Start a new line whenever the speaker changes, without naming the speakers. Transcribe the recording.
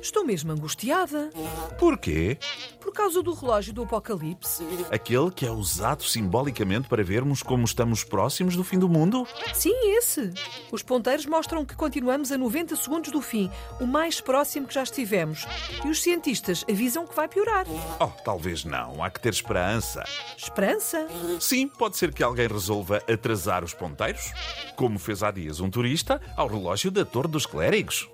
Estou mesmo angustiada
Porquê?
por causa do relógio do apocalipse.
Aquele que é usado simbolicamente para vermos como estamos próximos do fim do mundo?
Sim, esse. Os ponteiros mostram que continuamos a 90 segundos do fim, o mais próximo que já estivemos. E os cientistas avisam que vai piorar.
Oh, talvez não. Há que ter esperança.
Esperança?
Sim, pode ser que alguém resolva atrasar os ponteiros, como fez há dias um turista ao relógio da Torre dos Clérigos.